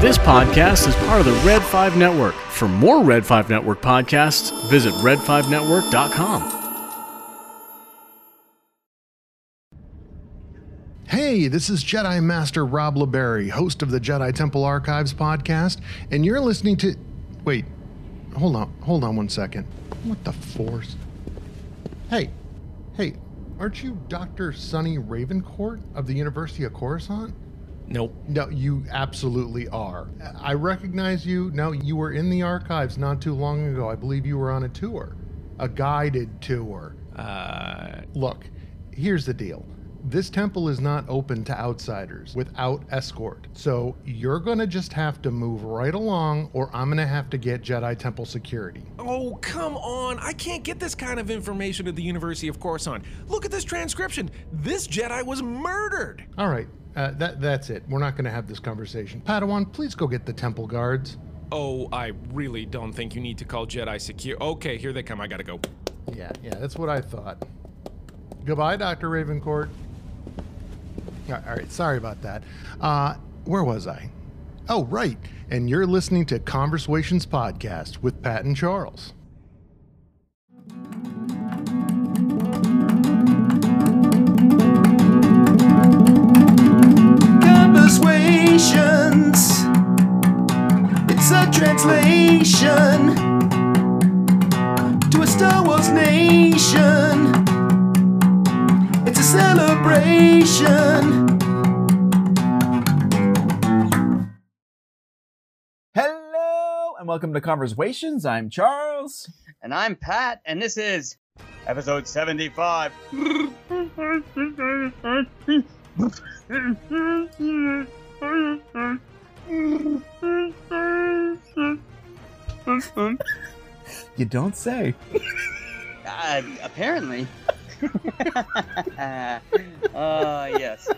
This podcast is part of the Red 5 Network. For more Red 5 Network podcasts, visit red5network.com. Hey, this is Jedi Master Rob LeBerry, host of the Jedi Temple Archives podcast, and you're listening to. Wait, hold on, hold on one second. What the force? Hey, hey, aren't you Dr. Sunny Ravencourt of the University of Coruscant? Nope. No, you absolutely are. I recognize you. No, you were in the archives not too long ago. I believe you were on a tour, a guided tour. Uh, Look, here's the deal. This temple is not open to outsiders without escort. So you're going to just have to move right along, or I'm going to have to get Jedi Temple security. oh, come on. I can't get this kind of information at the University of Coruscant. Look at this transcription. This Jedi was murdered. All right, uh, that, that's it. We're not going to have this conversation. Padawan, please go get the temple guards. Oh, I really don't think you need to call Jedi secure. Okay, here they come. I gotta go. Yeah, yeah, that's what I thought. Goodbye, Dr. Ravencourt. All all right, sorry about that. Uh, where was I? Oh, right. And you're listening to Conversations Podcast with Pat and Charles. Conversations. It's a translation to a Star Wars nation. It's a celebration. Hello and welcome to Conversations. I'm Charles. And I'm Pat, and this is episode 75. You don't say. Uh, apparently. uh, yes.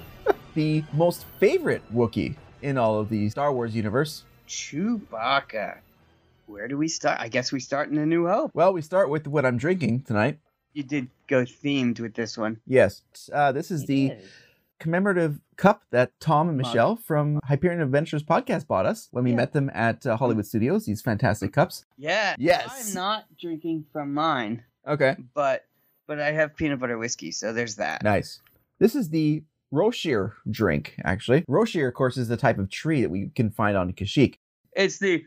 The most favorite Wookiee in all of the Star Wars universe. Chewbacca. Where do we start? I guess we start in a new hope. Well, we start with what I'm drinking tonight. You did go themed with this one. Yes, uh, this is the commemorative cup that Tom and Michelle from Hyperion Adventures podcast bought us when we Yeah. met them at uh, Hollywood Studios. These fantastic cups. Yeah. Yes. I'm not drinking from mine, Okay, but but I have peanut butter whiskey, so there's that. nice. This is the Roshir drink, actually. Roshir, of course, is the type of tree that we can find on Kashyyyk. It's the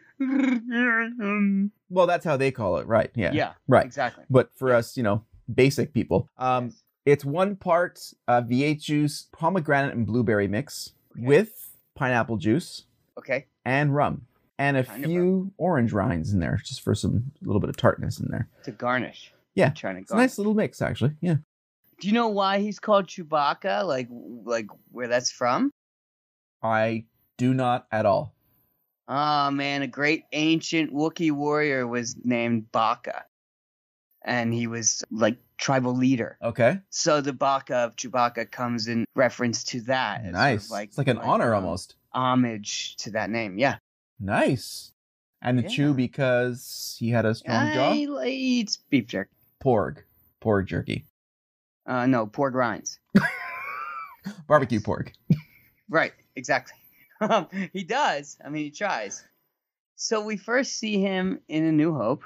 Well, that's how they call it, right? Yeah, yeah, right. exactly. But for us, you know, basic people, um, it's one part uh, V8 juice, pomegranate and blueberry mix Okay. with pineapple juice. Okay. and rum and a Kind of few orange rinds in there just for some little bit of tartness in there To garnish. Yeah, I'm trying to it's a garnish. nice little mix actually yeah Do you know why he's called Chewbacca? Like like where that's from? i do not at all Ah man, a great ancient Wookiee warrior was named Baka. And he was like tribal leader. okay So the Baka of Chewbacca comes in reference to that. as sort of nice it's like an honor um, almost Homage to that name, yeah. nice and the chew Yeah. because he had a strong I, jaw he eats beef jerky. porg porg jerky Uh, no, pork rinds. barbecue Yes. pork Right, exactly. Um, he does. I mean, he tries. So we first see him in A New Hope,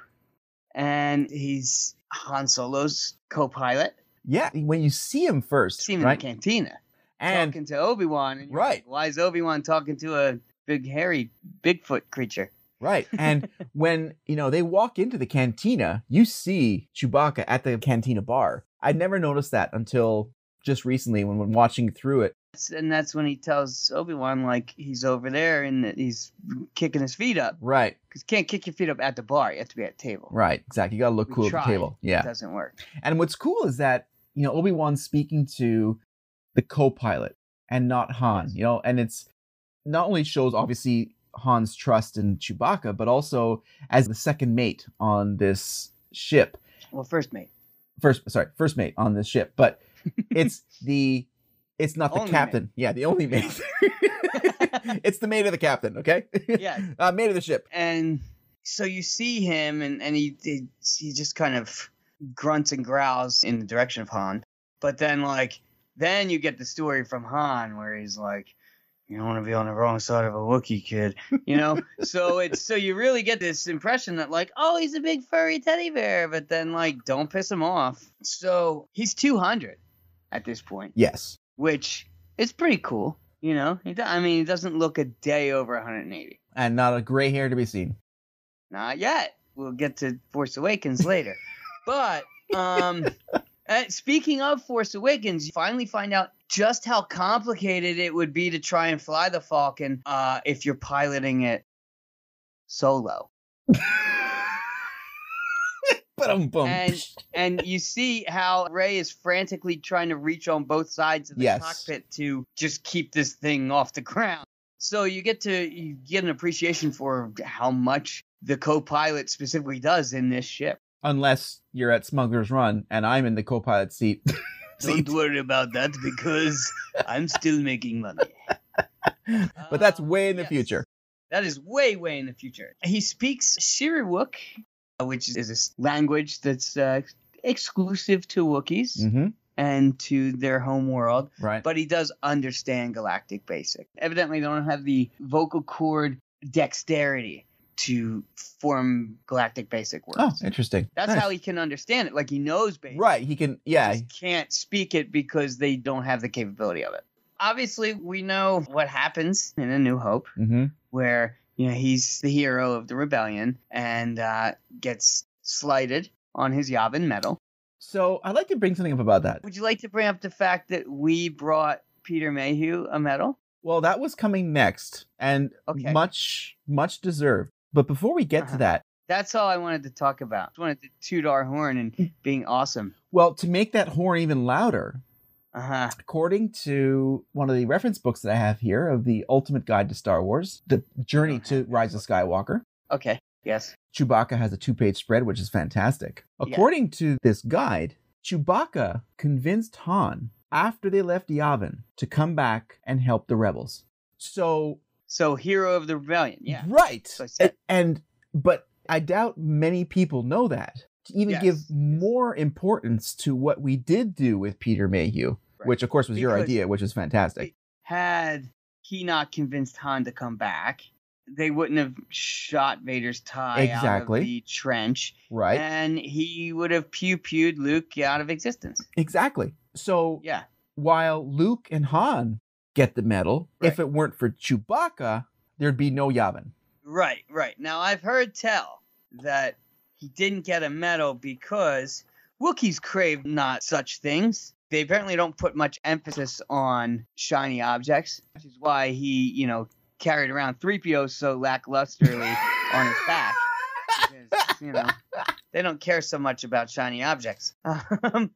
and he's Han Solo's co-pilot. yeah when you see him first See him right in the cantina. and talking to Obi Wan. and you're Right. like, Why is Obi Wan talking to a big hairy Bigfoot creature? right and when you know they walk into the cantina you see chewbacca at the cantina bar i'd never noticed that until just recently when, when watching through it That's- And that's when he tells Obi Wan like he's over there and that he's kicking his feet up Right, because you can't kick your feet up at the bar. You have to be at the table. right, exactly. You gotta look We cool at tried. the table. Yeah. It doesn't work. And what's cool is that, you know, Obi Wan's speaking to the co pilot and not Han, you know, and it's not only shows obviously Han's trust in Chewbacca, but also as the second mate on this ship. Well, first mate. First sorry, first mate on this ship. But it's the it's not the Only mate. captain. Yeah, the only mate. it's the mate of the captain, okay? Yes. Uh, mate of the ship. And so you see him, and and he he, he just kind of grunts and growls in the direction of Han. But then like then you get the story from Han where he's like, you don't want to be on the wrong side of a Wookiee kid, you know? so it's so you really get this impression that like, oh, he's a big furry teddy bear, but then like don't piss him off. So he's 200 at this point, Yes. which is pretty cool, you know? He do- I mean, he doesn't look a day over 180. And not a gray hair to be seen. Not yet. We'll get to Force Awakens later. but um and speaking of Force Awakens, you finally find out just how complicated it would be to try and fly the Falcon uh, if you're piloting it solo. But I'm bummed. And and you see how Ray is frantically trying to reach on both sides of the Yes. cockpit to just keep this thing off the ground. So you get to you get an appreciation for how much the co-pilot specifically does in this ship. Unless you're at Smuggler's Run and I'm in the co pilot seat. seat. Don't worry about that because I'm still making money. but that's Uh, way in the yes. future. That is way, way in the future. He speaks Shiriwook, uh, which is a s- language that's uh, ex- exclusive to Wookiees hmm and to their home world, Right. but he does understand Galactic Basic. Evidently, they don't have the vocal cord dexterity to form Galactic Basic words. oh, interesting. that's Nice. how he can understand it. Like he knows basic. Right. He can. Yeah. just can't speak it because they don't have the capability of it. Obviously, we know what happens in A New Hope, hmm where you know he's the hero of the rebellion and uh, gets slighted on his Yavin medal. So I'd like to bring something up about that. Would you like to bring up the fact that we brought Peter Mayhew a medal? Well, that was coming next, and Okay. much, much deserved. But before we get Uh-huh. to that, That's all I wanted to talk about. Just wanted to toot our horn Hmm. and being awesome. well, to make that horn even louder, Uh huh. according to one of the reference books that I have here of the Ultimate Guide to Star Wars, the Journey to Rise of Skywalker, Okay. Yes. Chewbacca has a two-page spread, which is fantastic. According to this guide, Chewbacca convinced Han after they left Yavin to come back and help the rebels. So So hero of the rebellion. Yeah. Right. So I said- A- And but I doubt many people know that. To even Yes. give more importance to what we did do with Peter Mayhew, Right. which of course was your Because- idea, which is fantastic. had he not convinced Han to come back, they wouldn't have shot Vader's tie out Exactly. of the trench, right? and he would have pew pewed Luke out of existence. exactly. So Yeah, while Luke and Han get the medal, if Right. it weren't for Chewbacca, there'd be no Yavin. right, right. Now I've heard tell that he didn't get a medal because Wookiees crave not such things. They apparently don't put much emphasis on shiny objects, which is why he, you know, carried around 3PO so lacklusterly on his back. because you know they don't care so much about shiny objects. Um,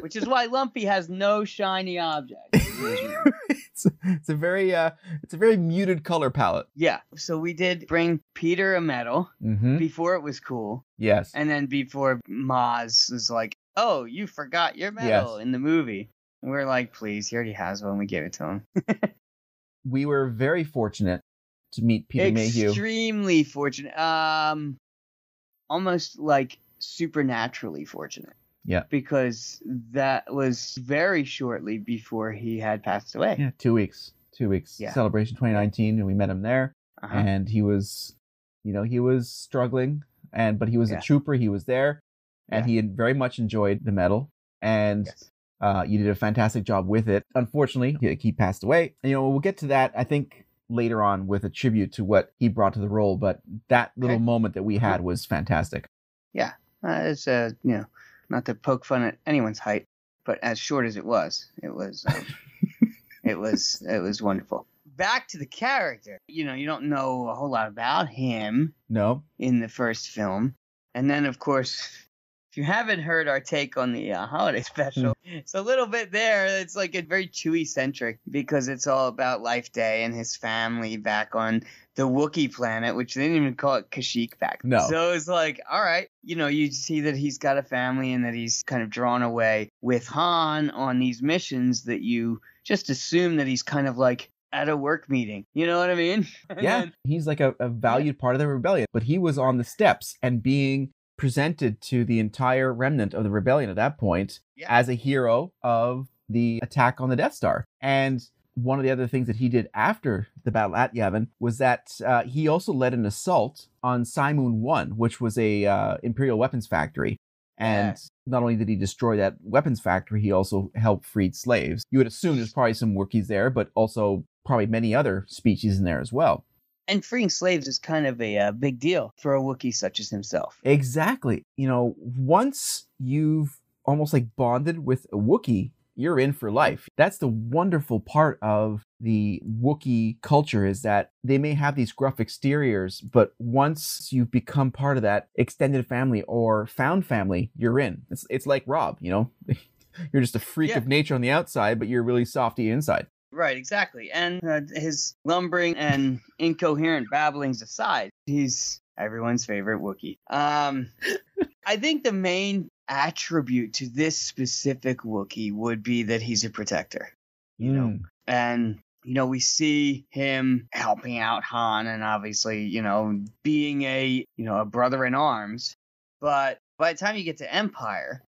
which is why Lumpy has no shiny objects. it's, it's a very uh, it's a very muted color palette. yeah, so we did bring Peter a medal Mm-hmm. before it was cool, Yes. and then before Maz was like, "Oh, you forgot your medal Yes. in the movie." And we are like, "Please, he already has one. We gave it to him." we were very fortunate to meet Peter Mayhew. Extremely fortunate. Um, almost like supernaturally fortunate. Yeah. Because that was very shortly before he had passed away. Yeah, two weeks. Two weeks. Yeah. Celebration 2019, and we met him there. Uh-huh. And he was, you know, he was struggling, and but he was Yeah. a trooper. He was there, and Yeah. he had very much enjoyed the medal. And Yes. uh, you did a fantastic job with it. Unfortunately, he, he passed away. You know, we'll get to that. I think later on with a tribute to what he brought to the role. But that little Okay. Mm-hmm. moment that we had was fantastic. Uh, it's uh, you know, not to poke fun at anyone's height, but as short as it was, it was, um, it was, it was wonderful. Back to the character. You know, you don't know a whole lot about him. No, in the first film. And then, of course, if you haven't heard our take on the uh, holiday special, Mm. it's a little bit there. It's like a very Chewy centric because it's all about Life Day and his family back on the Wookiee planet, which they didn't even call it Kashyyyk back. then. No. So it's like, all right, you know, you see that he's got a family and that he's kind of drawn away with Han on these missions that you just assume that he's kind of like at a work meeting. You know what I mean? And yeah then- he's like a, a valued part of the rebellion but he was on the steps and being presented to the entire remnant of the rebellion at that point Yeah. as a hero of the attack on the death star and one of the other things that he did after the battle at Yavin was that uh, he also led an assault on Simoon One, which was a uh, Imperial weapons factory. And not only did he destroy that weapons factory, he also helped freed slaves. You would assume there's probably some Wookiees there, but also probably many other species in there as well. And freeing slaves is kind of a uh, big deal for a Wookiee such as himself. Exactly. You know, once you've almost like bonded with a Wookiee, you're in for life. That's the wonderful part of the Wookiee culture is that they may have these gruff exteriors, but once you've become part of that extended family or found family, you're in. It's it's like Rob, you know. you're just a freak Yeah. of nature on the outside, but you're really softy inside. Right, exactly. And uh, his lumbering and incoherent babblings aside, he's everyone's favorite Wookiee. Um, I think the main attribute to this specific Wookiee would be that he's a protector. You know. And, you know, we see him helping out Han and obviously, you know, being a, you know, a brother in arms. But by the time you get to Empire,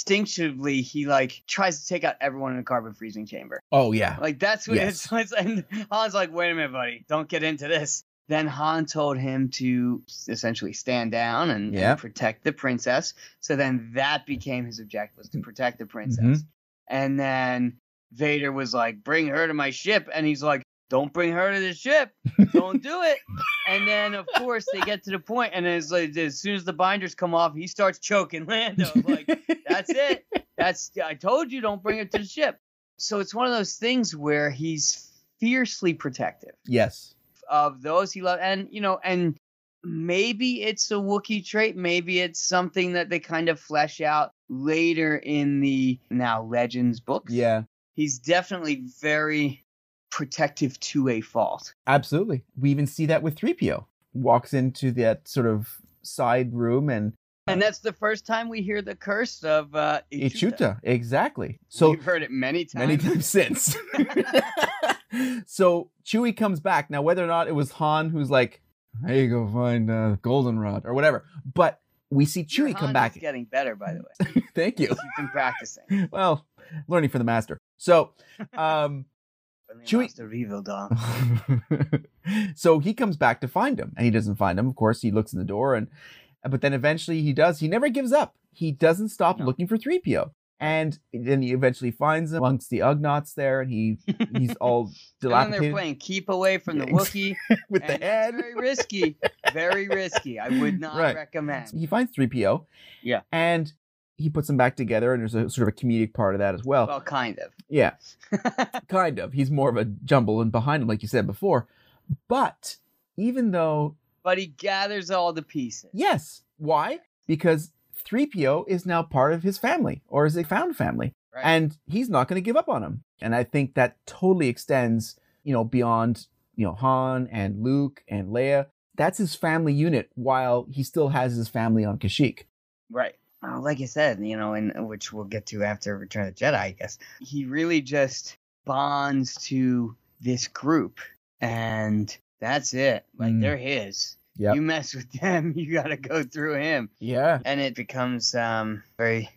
instinctively he like tries to take out everyone in a carbon freezing chamber. Oh yeah. Like that's what Yes. it's, it's and Han's like, wait a minute, buddy, don't get into this. Then Han told him to essentially stand down and, and Yeah. protect the princess. So then that became his objective was to Mm-hmm. protect the princess. And then Vader was like, bring her to my ship, and he's like, don't bring her to the ship, don't do it. And then of course they get to the point, and it's like as soon as the binders come off, he starts choking Lando. Like that's it. That's I told you don't bring it to the ship. So it's one of those things where he's fiercely protective Yes. of those he loves, and you know, and maybe it's a Wookiee trait, maybe it's something that they kind of flesh out later in the now Legends books. Yeah. he's definitely very protective to a fault. Absolutely. We even see that with 3PO. Walks into that sort of side room and And that's the first time we hear the curse of uh, Ichuta. Ichuta. Exactly. So We've heard it many times. many times since. so Chewie comes back. Now, whether or not it was Han who's like, hey, go find uh, Goldenrod or whatever, but we see Your Chewie Han come back. is getting better, by the way. Thank you. He's been practicing. Well, learning from the master. So, um, Chewie- Master Evil Dom. so he comes back to find him and he doesn't find him of course he looks in the door and but then eventually he does he never gives up he doesn't stop No. looking for 3po and then he eventually finds him amongst the ugnots there and he he's all And then they're dilapidated playing keep away from the Yeah, ex- Wookiee. with the and that's head Very risky. Very risky. I would not Right. recommend. he finds 3po Yeah. and he puts them back together and there's a sort of a comedic part of that as well Well, kind of. Yeah. kind of. He's more of a jumble and behind him, like you said before. But even though, But he gathers all the pieces. yes. Why? Because 3PO is now part of his family or his found family. Right. And he's not going to give up on him. And I think that totally extends, you know, beyond, you know, Han and Luke and Leia. That's his family unit while he still has his family on Kashyyyk. Right. Uh, like I said, you know, and which we'll get to after Return of the Jedi, I guess. He really just bonds to this group, and that's it. Like Mm. they're his. Yep. You mess with them, you gotta go through him, Yeah. and it becomes um very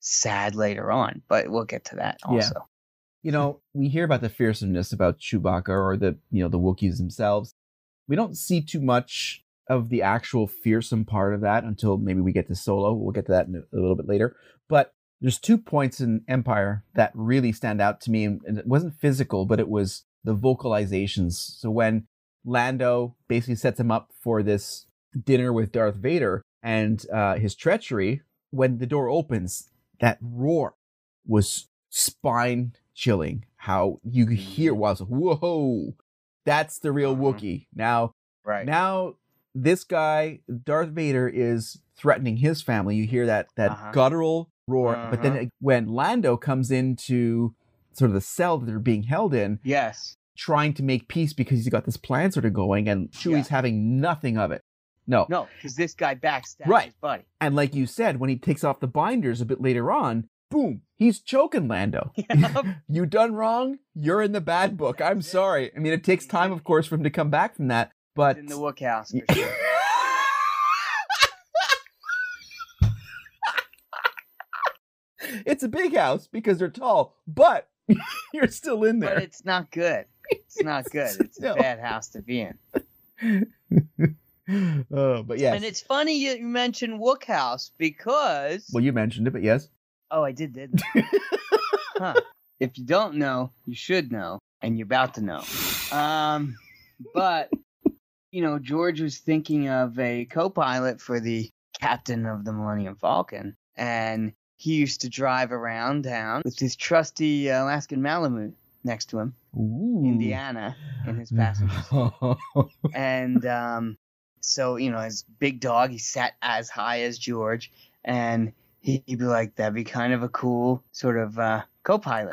sad later on. But we'll get to that Yeah. also. you know, we hear about the fearsomeness about Chewbacca or the, you know, the Wookiees themselves. We don't see too much of the actual fearsome part of that until maybe we get to Solo. We'll get to that in a, a little bit later. But there's two points in Empire that really stand out to me, and, and it wasn't physical, but it was the vocalizations. So when Lando basically sets him up for this dinner with Darth Vader and uh, his treachery, when the door opens, that roar was spine chilling. How you could hear well, I was like, whoa, that's the real Uh-huh. Wookiee. Now, Right. now this guy, Darth Vader, is threatening his family. You hear that that Uh-huh. guttural roar. But then Uh-huh. it- when Lando comes into sort of the cell that they're being held in, yes. trying to make peace because he's got this plan sort of going, and Chewie's having nothing of it. No. No, because this guy backstabs Right. his buddy. And like you said, when he takes off the binders a bit later on, boom, he's choking Lando. you done wrong. You're in the bad book. I'm That's it. sorry. I mean, it takes time, of course, for him to come back from that, but. in the Wook house for sure. It's a big house because they're tall, but you're still in But there. it's not good. It's not good. It's No. a bad house to be in. Uh, but yes. And it's funny you you mentioned Wook House because well, you mentioned it, but yes. oh, I did, didn't I? huh. If you don't know, you should know, and you're about to know. Um, but you know, George was thinking of a co-pilot for the captain of the Millennium Falcon, and he used to drive around town with his trusty uh, Alaskan Malamute next to him, Ooh. Indiana, in his passenger and um, so you know his big dog he sat as high as george and he- he'd be like that'd be kind of a cool sort of uh, co-pilot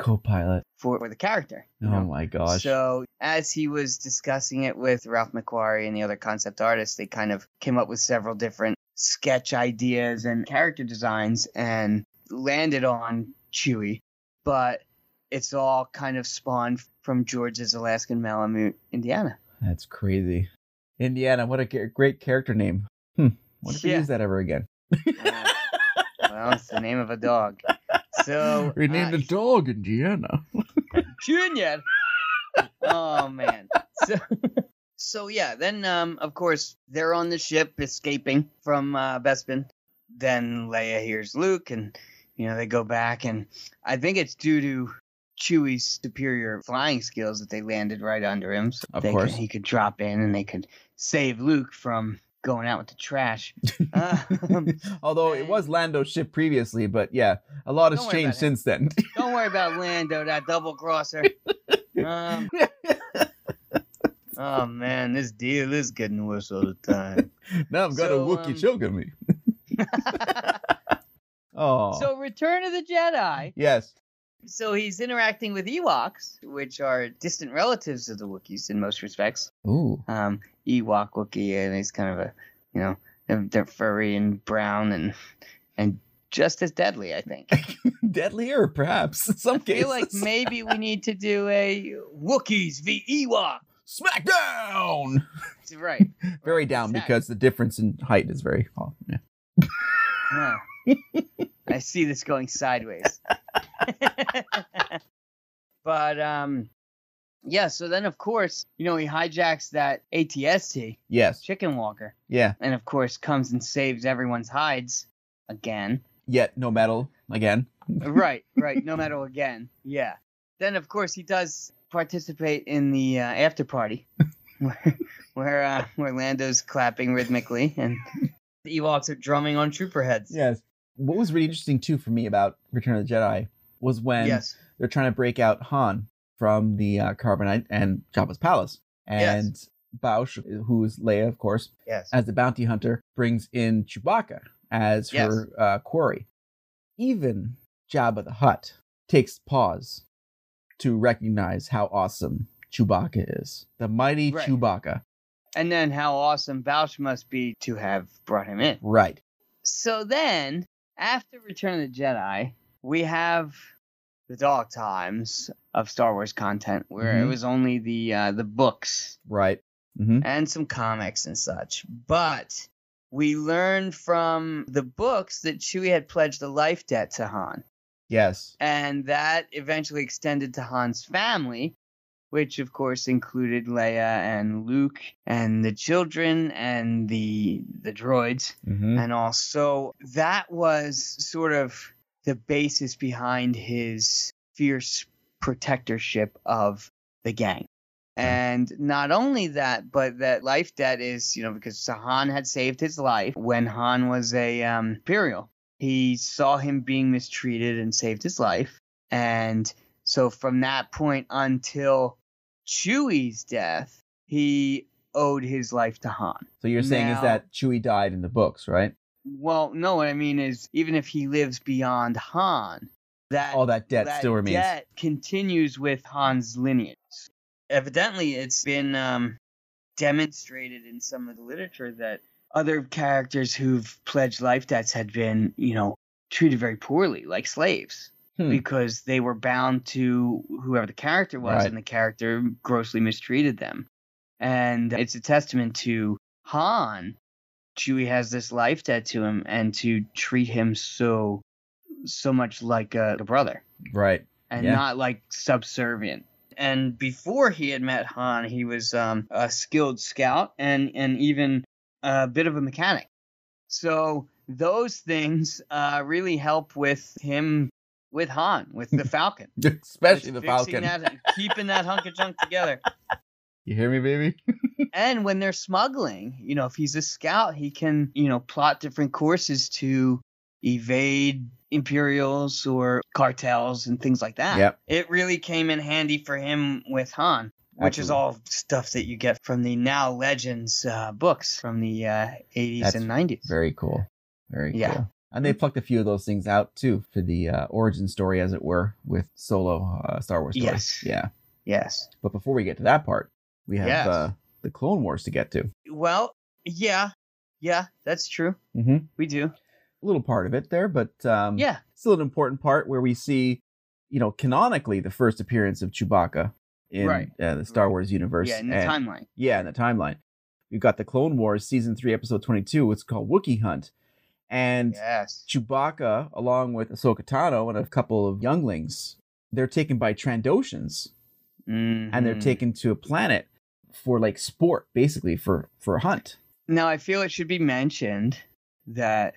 Co-pilot. for, for the character you Oh know? my gosh. so as he was discussing it with ralph mcquarrie and the other concept artists they kind of came up with several different sketch ideas and character designs and landed on chewie but it's all kind of spawned from george's alaskan malamute indiana That's crazy. Indiana, what a ca- great character name. Hmm. Wonder if we Yeah. use that ever again. Uh, well, it's the name of a dog. So we named uh, a dog Indiana. Junior. Oh man. So, so yeah. Then um, of course they're on the ship escaping from uh, Bespin. Then Leia hears Luke, and you know they go back, and I think it's due to Chewie's superior flying skills that they landed right under him. So Of they course. could, he could drop in, and they could save Luke from going out with the trash. Um, Although it was Lando's ship previously, but yeah, a lot has Don't worry changed about it. since then. Don't worry about Lando, that double crosser. Um, oh man, this deal is getting worse all the time. now I've got a So, Wookiee um, choking me. oh. So, Return of the Jedi. yes. So he's interacting with Ewoks, which are distant relatives of the Wookiees in most respects. Ooh. Um, Ewok Wookiee, and he's kind of a, you know, they're, they're furry and brown and and just as deadly, I think. Deadlier, perhaps. In some I cases. feel like maybe we need to do a Wookiees v Ewok. Smackdown! That's right. Very down Exactly. because the difference in height is very oh, yeah. Huh. I see this going sideways. but um yeah, so then of course, you know, he hijacks that ATST, Yes. Chicken Walker, Yeah. and of course comes and saves everyone's hides again. Yet no metal again. right, right, no matter again. Yeah. Then of course he does participate in the uh, after party where where, uh, where Lando's clapping rhythmically and the Ewoks are drumming on trooper heads. Yes. What was really interesting too for me about Return of the Jedi was when Yes. they're trying to break out Han from the uh, Carbonite and Jabba's palace, and Bausch, who is Leia, of course, Yes. as the bounty hunter, brings in Chewbacca as Yes. her uh, quarry. Even Jabba the Hutt takes pause to recognize how awesome Chewbacca is. The mighty Right. Chewbacca. And then how awesome Bausch must be to have brought him in. Right. So then, after Return of the Jedi, we have the dog times of Star Wars content, where it Mhm. was only the uh, the books Right. hmm and some comics and such. But we learn from the books that Chewie had pledged a life debt to Han, Yes. and that eventually extended to Han's family. Which of course included Leia and Luke and the children and the the droids. hmm And also, that was sort of the basis behind his fierce protectorship of the gang. And not only that, but that life debt is, you know, because Sahan had saved his life when Han was a um, Imperial. He saw him being mistreated and saved his life. And so from that point until Chewie's death, he owed his life to Han. So you're saying is Now- that Chewie died in the books, right? Well, no, what I mean is even if he lives beyond Han, that All that debt still remains. debt continues with Han's lineage. Evidently, it's been um, demonstrated in some of the literature that other characters who've pledged life debts had been, you know, treated very poorly, like slaves, Hmm. because they were bound to whoever the character was, Right. and the character grossly mistreated them. And it's a testament to Han Chewie has this life debt to him, and to treat him so so much like a, a brother Right. and Yeah. not like subservient. And before he had met Han, he was um, a skilled scout and and even a bit of a mechanic. So those things uh, really help with him, with Han, with the Falcon, Especially the With Falcon. fixing that, keeping that hunk of junk together. You hear me, baby? And when they're smuggling, you know, if he's a scout, he can you know plot different courses to evade Imperials or cartels and things like that. Yep. It really came in handy for him with Han, which is Absolutely. all stuff that you get from the now legends uh, books from the uh, 80s That's and 90s. Very cool. Very Yeah. cool. And they plucked a few of those things out too for the uh, origin story, as it were, with Solo uh, Star Wars. Story. Yes. Yeah. yes. But before we get to that part, we have Yes. uh, the Clone Wars to get to. Well, yeah, yeah, that's true. Mm-hmm. We do. A little part of it there, but um, yeah, still an important part where we see, you know, canonically the first appearance of Chewbacca in Right. uh, the Star Wars universe. yeah, in the and- timeline. Yeah, in the timeline. We've got the Clone Wars season three, episode twenty-two. It's called Wookiee Hunt, and Yes. Chewbacca, along with Ahsoka Tano and a couple of younglings, they're taken by Trandoshans and they're Mhm. taken to a planet for like sport, basically for for a hunt. Now, I feel it should be mentioned that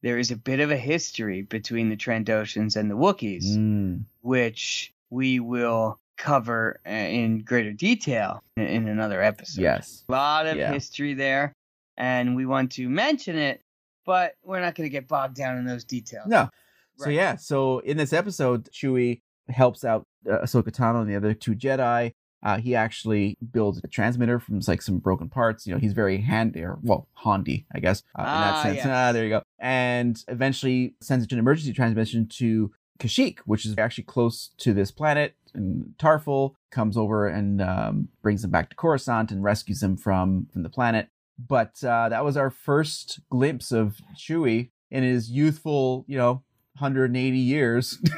there is a bit of a history between the Trandoshans and the Wookiees, Mm. which we will cover uh, in greater detail in, in another episode. yes, A lot of Yeah. history there, and we want to mention it, but we're not going to get bogged down in those details. no. So Right. yeah, so in this episode, Chewie helps out uh, Ahsoka Tano and the other two Jedi. Uh, he actually builds a transmitter from like some broken parts. You know, he's very handy, or well, handy, I guess, uh, in that Ah, sense. yes. Ah, there you go. And eventually sends it to an emergency transmission to Kashyyyk, which is actually close to this planet. And Tarful comes over and um, brings him back to Coruscant and rescues him from from the planet. But uh, that was our first glimpse of Chewie in his youthful, you know, 180 years.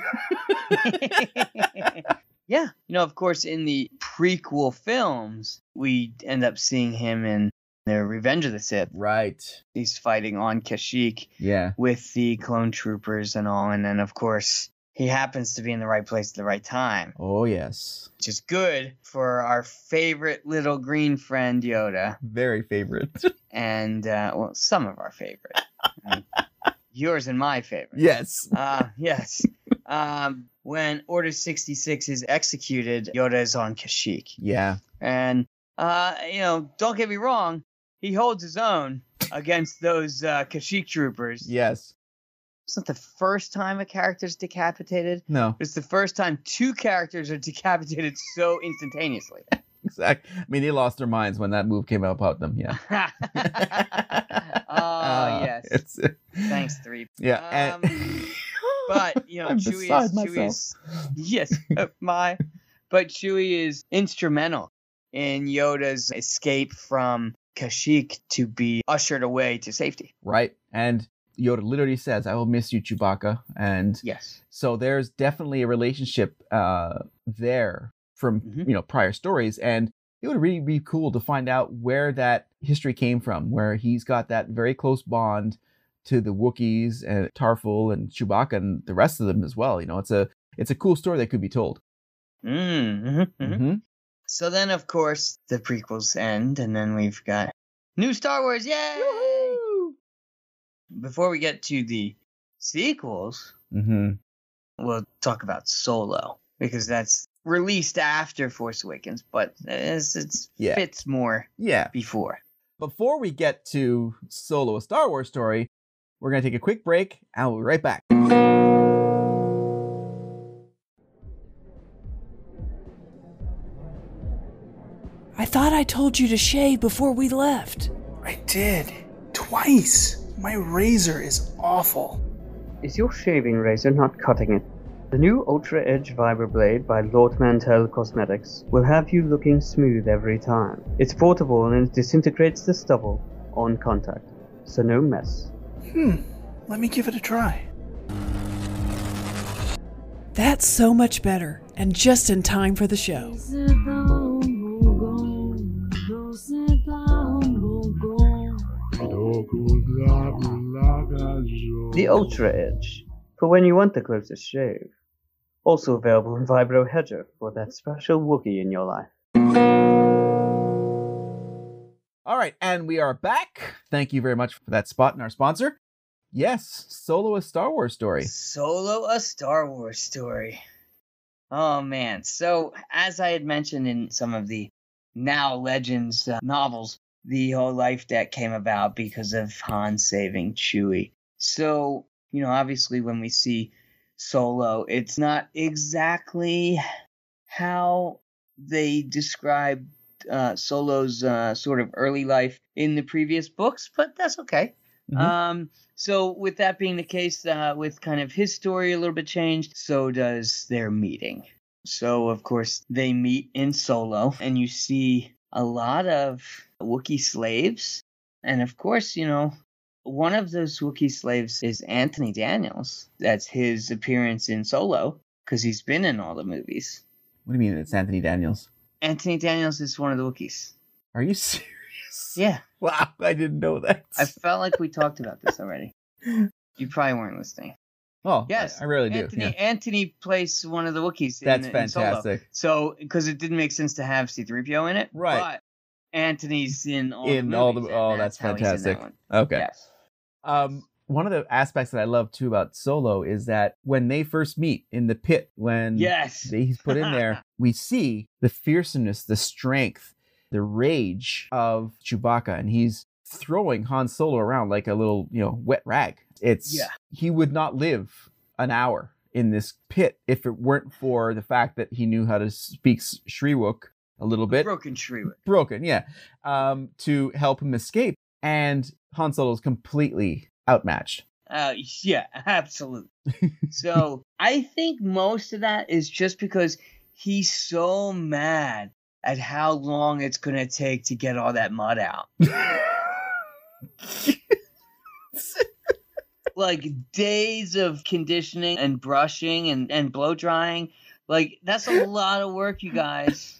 yeah. You know, of course, in the prequel films, we end up seeing him in the Revenge of the Sith. right. He's fighting on Kashyyyk Yeah. with the clone troopers and all. And then, of course, he happens to be in the right place at the right time, Oh yes. which is good for our favorite little green friend, Yoda, Very favorite. and, uh, well, some of our favorite. Um, yours and my favorite. yes. Uh, yes. Um, when Order 66 is executed, Yoda is on Kashyyyk. Yeah. And, uh, you know, don't get me wrong, he holds his own against those uh, Kashyyyk troopers. Yes. It's not the first time a character's decapitated. No. It's the first time two characters are decapitated so instantaneously. Exactly. I mean, they lost their minds when that move came up about them. Yeah. oh, Uh, yes. it's- Thanks, three. Yeah. Um, and- But you know, I'm Chewie beside is Chewie myself. is yes, uh, my. But Chewie is instrumental in Yoda's escape from Kashyyyk to be ushered away to safety. right. And Yoda literally says, "I will miss you, Chewbacca." And Yes. so there's definitely a relationship uh, there from Mhm. you know prior stories, and it would really be cool to find out where that history came from, where he's got that very close bond to the Wookiees and Tarful and Chewbacca and the rest of them as well. You know, it's a it's a cool story that could be told. Mm, hmm Mhm. So then, of course, the prequels end, and then we've got new Star Wars. Yay! Before we get to the sequels, Mhm. we'll talk about Solo because that's released after Force Awakens, but it's, it's Yeah. fits more Yeah. before. Before we get to Solo, a Star Wars story, we're gonna take a quick break, and we'll be right back. I thought I told you to shave before we left. I did. Twice. My razor is awful. Is your shaving razor not cutting it? The new Ultra Edge Vibroblade by Lord Mantell Cosmetics will have you looking smooth every time. It's portable and it disintegrates the stubble on contact, so no mess. Hmm. Let me give it a try. That's so much better, and just in time for the show. The Ultra Edge for when you want the closest shave. Also available in Vibro Hedger for that special Wookiee in your life. All right, and we are back. Thank you very much for that spot and our sponsor. Yes, Solo a Star Wars story. Solo a Star Wars story. Oh man. So, as I had mentioned in some of the now legends uh, novels, the whole life debt came about because of Han saving Chewie. So, you know, obviously when we see Solo, it's not exactly how they describe uh, Solo's uh, sort of early life in the previous books, but that's okay. Mhm. Um, so, with that being the case, uh, with kind of his story a little bit changed, so does their meeting. So, of course, they meet in Solo, and you see a lot of Wookiee slaves. And of course, you know, one of those Wookiee slaves is Anthony Daniels. That's his appearance in Solo, because he's been in all the movies. What do you mean it's Anthony Daniels? Anthony Daniels is one of the Wookiees. Are you serious? Yeah, Wow, I didn't know that. I felt like we talked about this already. You probably weren't listening. oh, Yes, yes, I, really do. Anthony yeah. Anthony plays one of the Wookiees. in- That's in, Solo. fantastic. So, because it didn't make sense to have C-3PO in it, Right. But Anthony's in all In the all the movies, and oh, that's, how he's in that fantastic. one. Okay. Yes. Um, one of the aspects that I love too about Solo is that when they first meet in the pit, when Yes. they- he's put in there, we see the fearsomeness, the strength, the rage of Chewbacca, and he's throwing Han Solo around like a little, you know, wet rag. It's Yeah. he would not live an hour in this pit if it weren't for the fact that he knew how to speak S- Shriwook a little bit Broken Shrewick. broken, yeah, um, to help him escape. And Han Solo's completely outmatched. Uh, yeah, absolutely. so I think most of that is just because he's so mad at how long it's gonna take to get all that mud out. like days of conditioning and brushing and, and blow drying. Like that's a lot of work, you guys.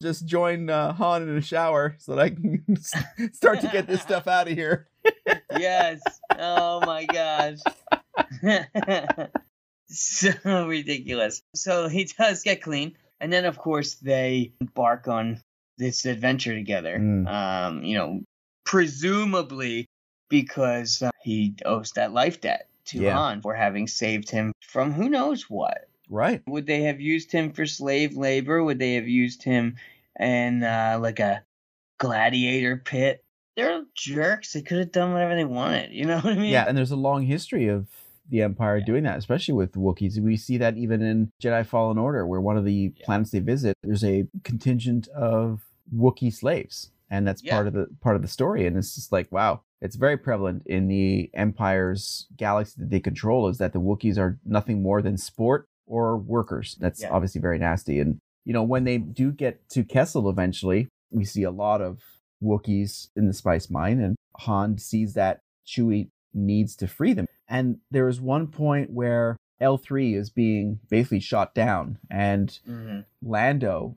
Just join uh, Han in a shower so that I can s- start to get this stuff out of here. yes. Oh my gosh. so ridiculous. So he does get clean. And then, of course, they embark on this adventure together. Mm. Um, you know, presumably because uh, he owes that life debt to Yeah. Han for having saved him from who knows what. Right. Would they have used him for slave labor? Would they have used him in uh, like a gladiator pit? They're jerks. They could have done whatever they wanted. You know what I mean? Yeah, and there's a long history of the Empire doing that, especially with Wookiees. We see that even in Jedi Fallen Order, where one of the planets they visit, there's a contingent of Wookiee slaves, and that's Yeah. part of the part of the story. And it's just like, wow, it's very prevalent in the Empire's galaxy that they control is that the Wookiees are nothing more than sport or workers. That's Yeah. obviously very nasty. And you know, when they do get to Kessel eventually, we see a lot of Wookiees in the spice mine, and Han sees that Chewie needs to free them. And there is one point where L3 is being basically shot down, and Mhm. Lando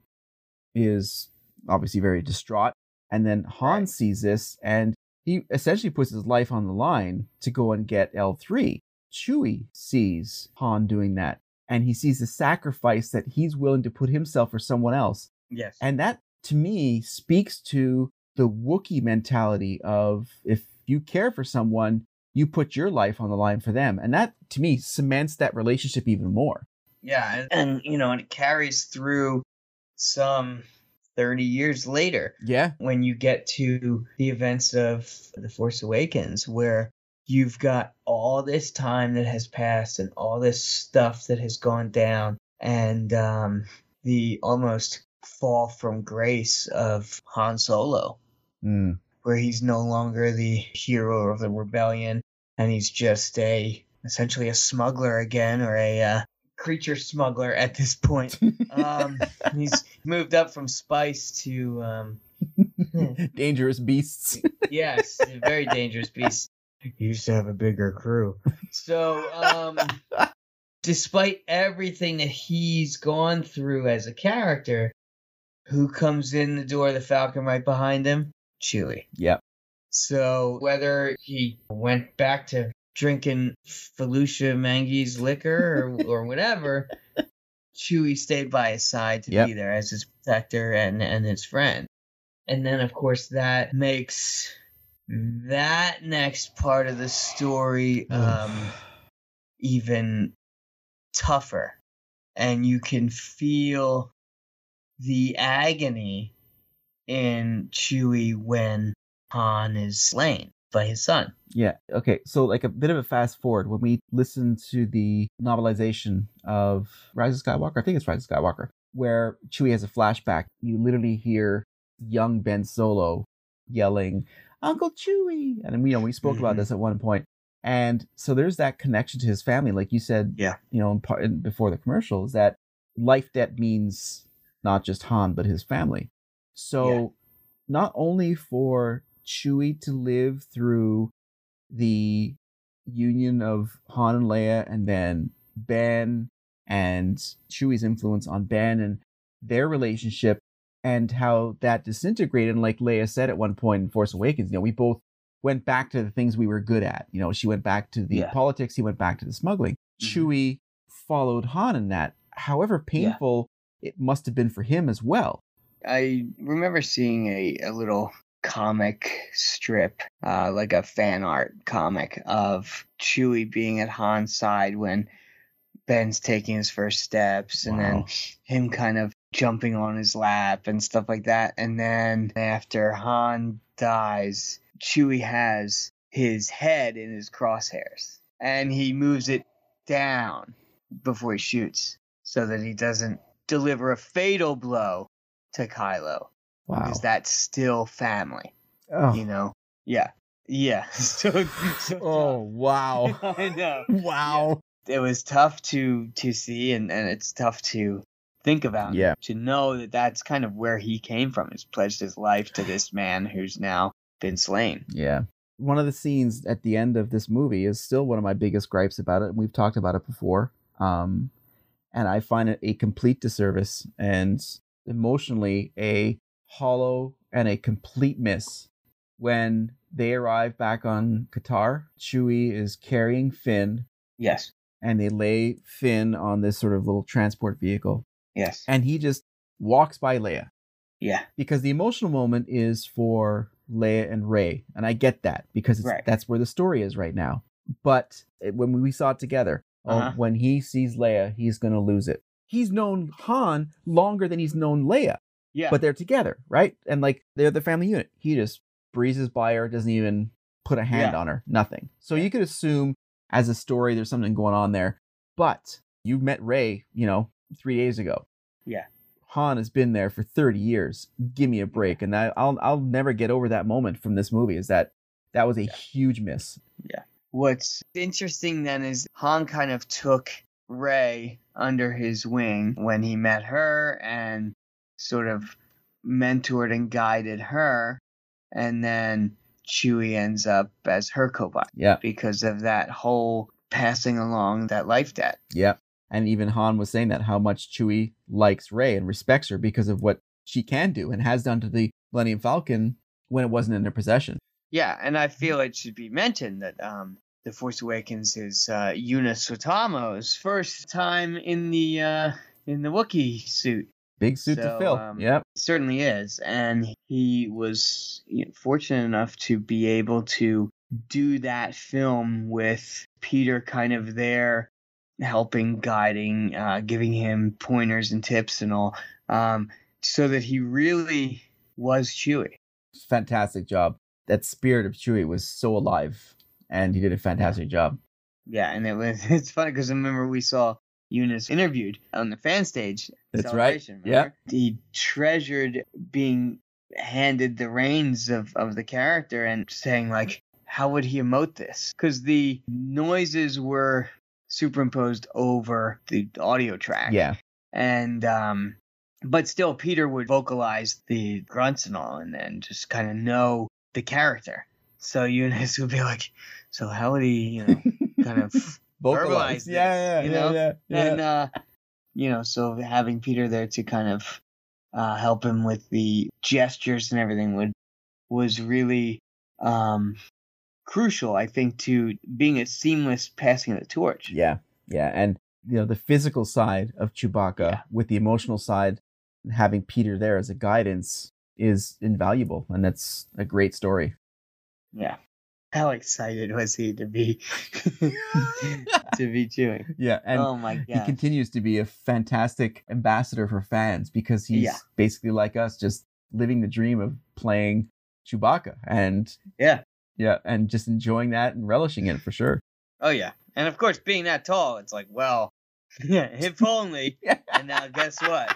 is obviously very distraught. And then Han Right. sees this and he essentially puts his life on the line to go and get L3. Chewie sees Han doing that and he sees the sacrifice that he's willing to put himself for someone else. Yes. And that to me speaks to the Wookiee mentality of if you care for someone, you put your life on the line for them. And that to me cements that relationship even more. Yeah, and, and you know, and it carries through some 30 years later Yeah. when you get to the events of The Force Awakens, where you've got all this time that has passed and all this stuff that has gone down, and um, the almost fall from grace of Han Solo, Mm. where he's no longer the hero of the rebellion and he's just a essentially a smuggler again or a uh, creature smuggler at this point. Um, he's moved up from spice to um, Dangerous beasts. yes, a very dangerous beast. He used to have a bigger crew. So, um, despite everything that he's gone through as a character, who comes in the door of the Falcon right behind him? Chewie. Yep. So whether he went back to drinking Felucia Mangy's liquor or, or whatever, Chewie stayed by his side to Yep. be there as his protector and, and his friend. And then, of course, that makes that next part of the story um, even tougher. And you can feel the agony in Chewie when Han is slain by his son. Yeah. Okay. So, like a bit of a fast forward when we listen to the novelization of Rise of Skywalker, I think it's Rise of Skywalker, where Chewie has a flashback. You literally hear young Ben Solo yelling, "Uncle Chewie!" And you know we spoke about Mhm. this at one point. And so there's that connection to his family, like you said. Yeah. You know, in part, in, before the commercial, is that life debt means not just Han but his family. So, Yeah. not only for Chewie to live through the union of Han and Leia, and then Ben and Chewie's influence on Ben and their relationship, and how that disintegrated. And like Leia said at one point in Force Awakens, you know, we both went back to the things we were good at. You know, she went back to the Yeah. politics, he went back to the smuggling. Mhm. Chewie followed Han in that. However painful it must have been for him as well. I remember seeing a, a little comic strip, uh, like a fan art comic of Chewie being at Han's side when Ben's taking his first steps and then Wow. him kind of jumping on his lap and stuff like that. And then after Han dies, Chewie has his head in his crosshairs and he moves it down before he shoots so that he doesn't deliver a fatal blow to Kylo Wow. because that's still family, oh. you know? Yeah. Yeah. So, so Oh, wow. tough. I know. wow. It was tough to to see and, and it's tough to think about. Yeah. To know that that's kind of where he came from. He's pledged his life to this man who's now been slain. Yeah. One of the scenes at the end of this movie is still one of my biggest gripes about it, and we've talked about it before. Um, and I find it a complete disservice and emotionally a hollow and a complete miss when they arrive back on Qatar. Chewie is carrying Finn, Yes. and they lay Finn on this sort of little transport vehicle, Yes. and he just walks by Leia Yeah. because the emotional moment is for Leia and Ray, and I get that because it's, Right. that's where the story is right now. But it- when we saw it together, oh, Uh-huh. when he sees Leia, he's gonna lose it. He's known Han longer than he's known Leia, Yeah. but they're together, right? And like they're the family unit. He just breezes by her, doesn't even put a hand Yeah. on her, nothing. So you could assume as a story, there's something going on there. But you met Ray, you know, three days ago. Yeah. Han has been there for 30 years. Give me a break. And I, I'll I'll never get over that moment from this movie. Is that that was a huge miss? What's interesting then is Han kind of took Rey under his wing when he met her and sort of mentored and guided her. And then Chewie ends up as her cobot Yeah, because of that whole passing along that life debt. yeah. And even Han was saying that how much Chewie likes Rey and respects her because of what she can do and has done to the Millennium Falcon when it wasn't in their possession. Yeah, and I feel it should be mentioned that um, The Force Awakens is uh, Yuna Sutamo's first time in the uh, in the Wookiee suit. Big suit to So, fill. um, yep. certainly is and he was you know, fortunate enough to be able to do that film with peter kind of there helping guiding uh, giving him pointers and tips and all um, so that he really was chewy Fantastic job. That spirit of Chewie was so alive, and he did a fantastic job. yeah and it was it's funny because i remember we saw eunice interviewed on the fan stage That's celebration, right. Yeah. remember? he treasured being handed the reins of, of the character and saying like how would he emote this because the noises were superimposed over the audio track Yeah, and um but still peter would vocalize the grunts and all and then just kind of know the character so eunice would be like so how would he you know kind of Verbalize vocalized. this, Yeah, yeah, you yeah, know? yeah, yeah. and uh you know so having peter there to kind of uh help him with the gestures and everything would was really um crucial, I think, to being a seamless passing of the torch. Yeah, yeah, and you know the physical side of Chewbacca Yeah. with the emotional side, and having Peter there as a guidance is invaluable, and that's a great story. Yeah. How excited was he to be to be chewing? Yeah, and oh my he god. continues to be a fantastic ambassador for fans because he's Yeah. basically like us, just living the dream of playing Chewbacca, and Yeah. yeah, and just enjoying that and relishing it for sure. Oh yeah. And of course being that tall, it's like, well, yeah, if only. Yeah. and now guess what?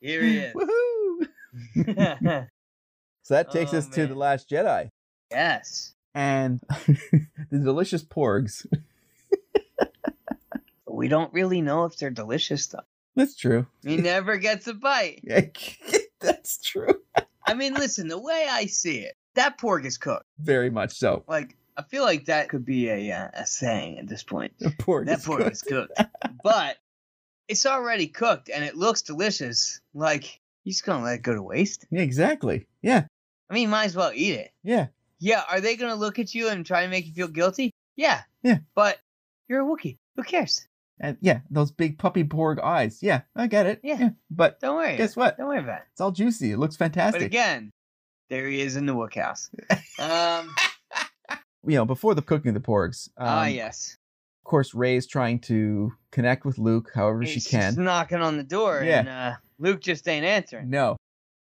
Here he is. Woohoo! So that takes Oh, us to the man. Last Jedi. yes. and the delicious porgs. We don't really know if they're delicious though. That's true. He never gets a bite. That's true. I mean, listen, the way I see it, that pork is cooked. Very much so. Like I feel like that could be a uh, a saying at this point. The porg. that is pork good. is cooked. but it's already cooked and it looks delicious. Like, you're just going to let it go to waste? Yeah, exactly. Yeah. I mean, you might as well eat it. Yeah. Yeah, are they going to look at you and try and make you feel guilty? Yeah. Yeah. But you're a Wookiee. Who cares? And yeah, those big puppy porg eyes. Yeah, I get it. Yeah. But Don't worry. guess what? Don't worry about it. It's all juicy. It looks But fantastic. again, there he is in the Wook house. Um, you know, before the cooking of the porgs. Um, ah, yes. Of course, Ray's trying to connect with Luke however she He's can. just knocking on the door Yeah. and uh, Luke just ain't answering. No.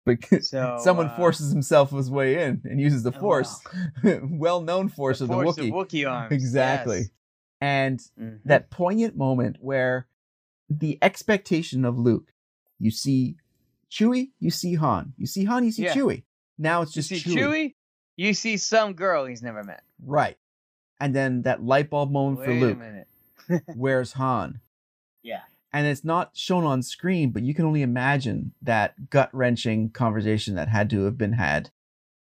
But So someone uh, forces himself his way in and uses the Oh, wow. force, well known force the of the force Wookiee. Wookiee arms. Exactly. Yes. And Mhm. that poignant moment where the expectation of Luke, you see Chewie, you see Han, you see Han, you see Yeah. Chewie. Now it's You just see Chewie. Chewie, you see some girl he's never met. right? And then that light bulb moment Wait for a Luke. minute. Where's Han? Yeah. And it's not shown on screen, but you can only imagine that gut wrenching conversation that had to have been had.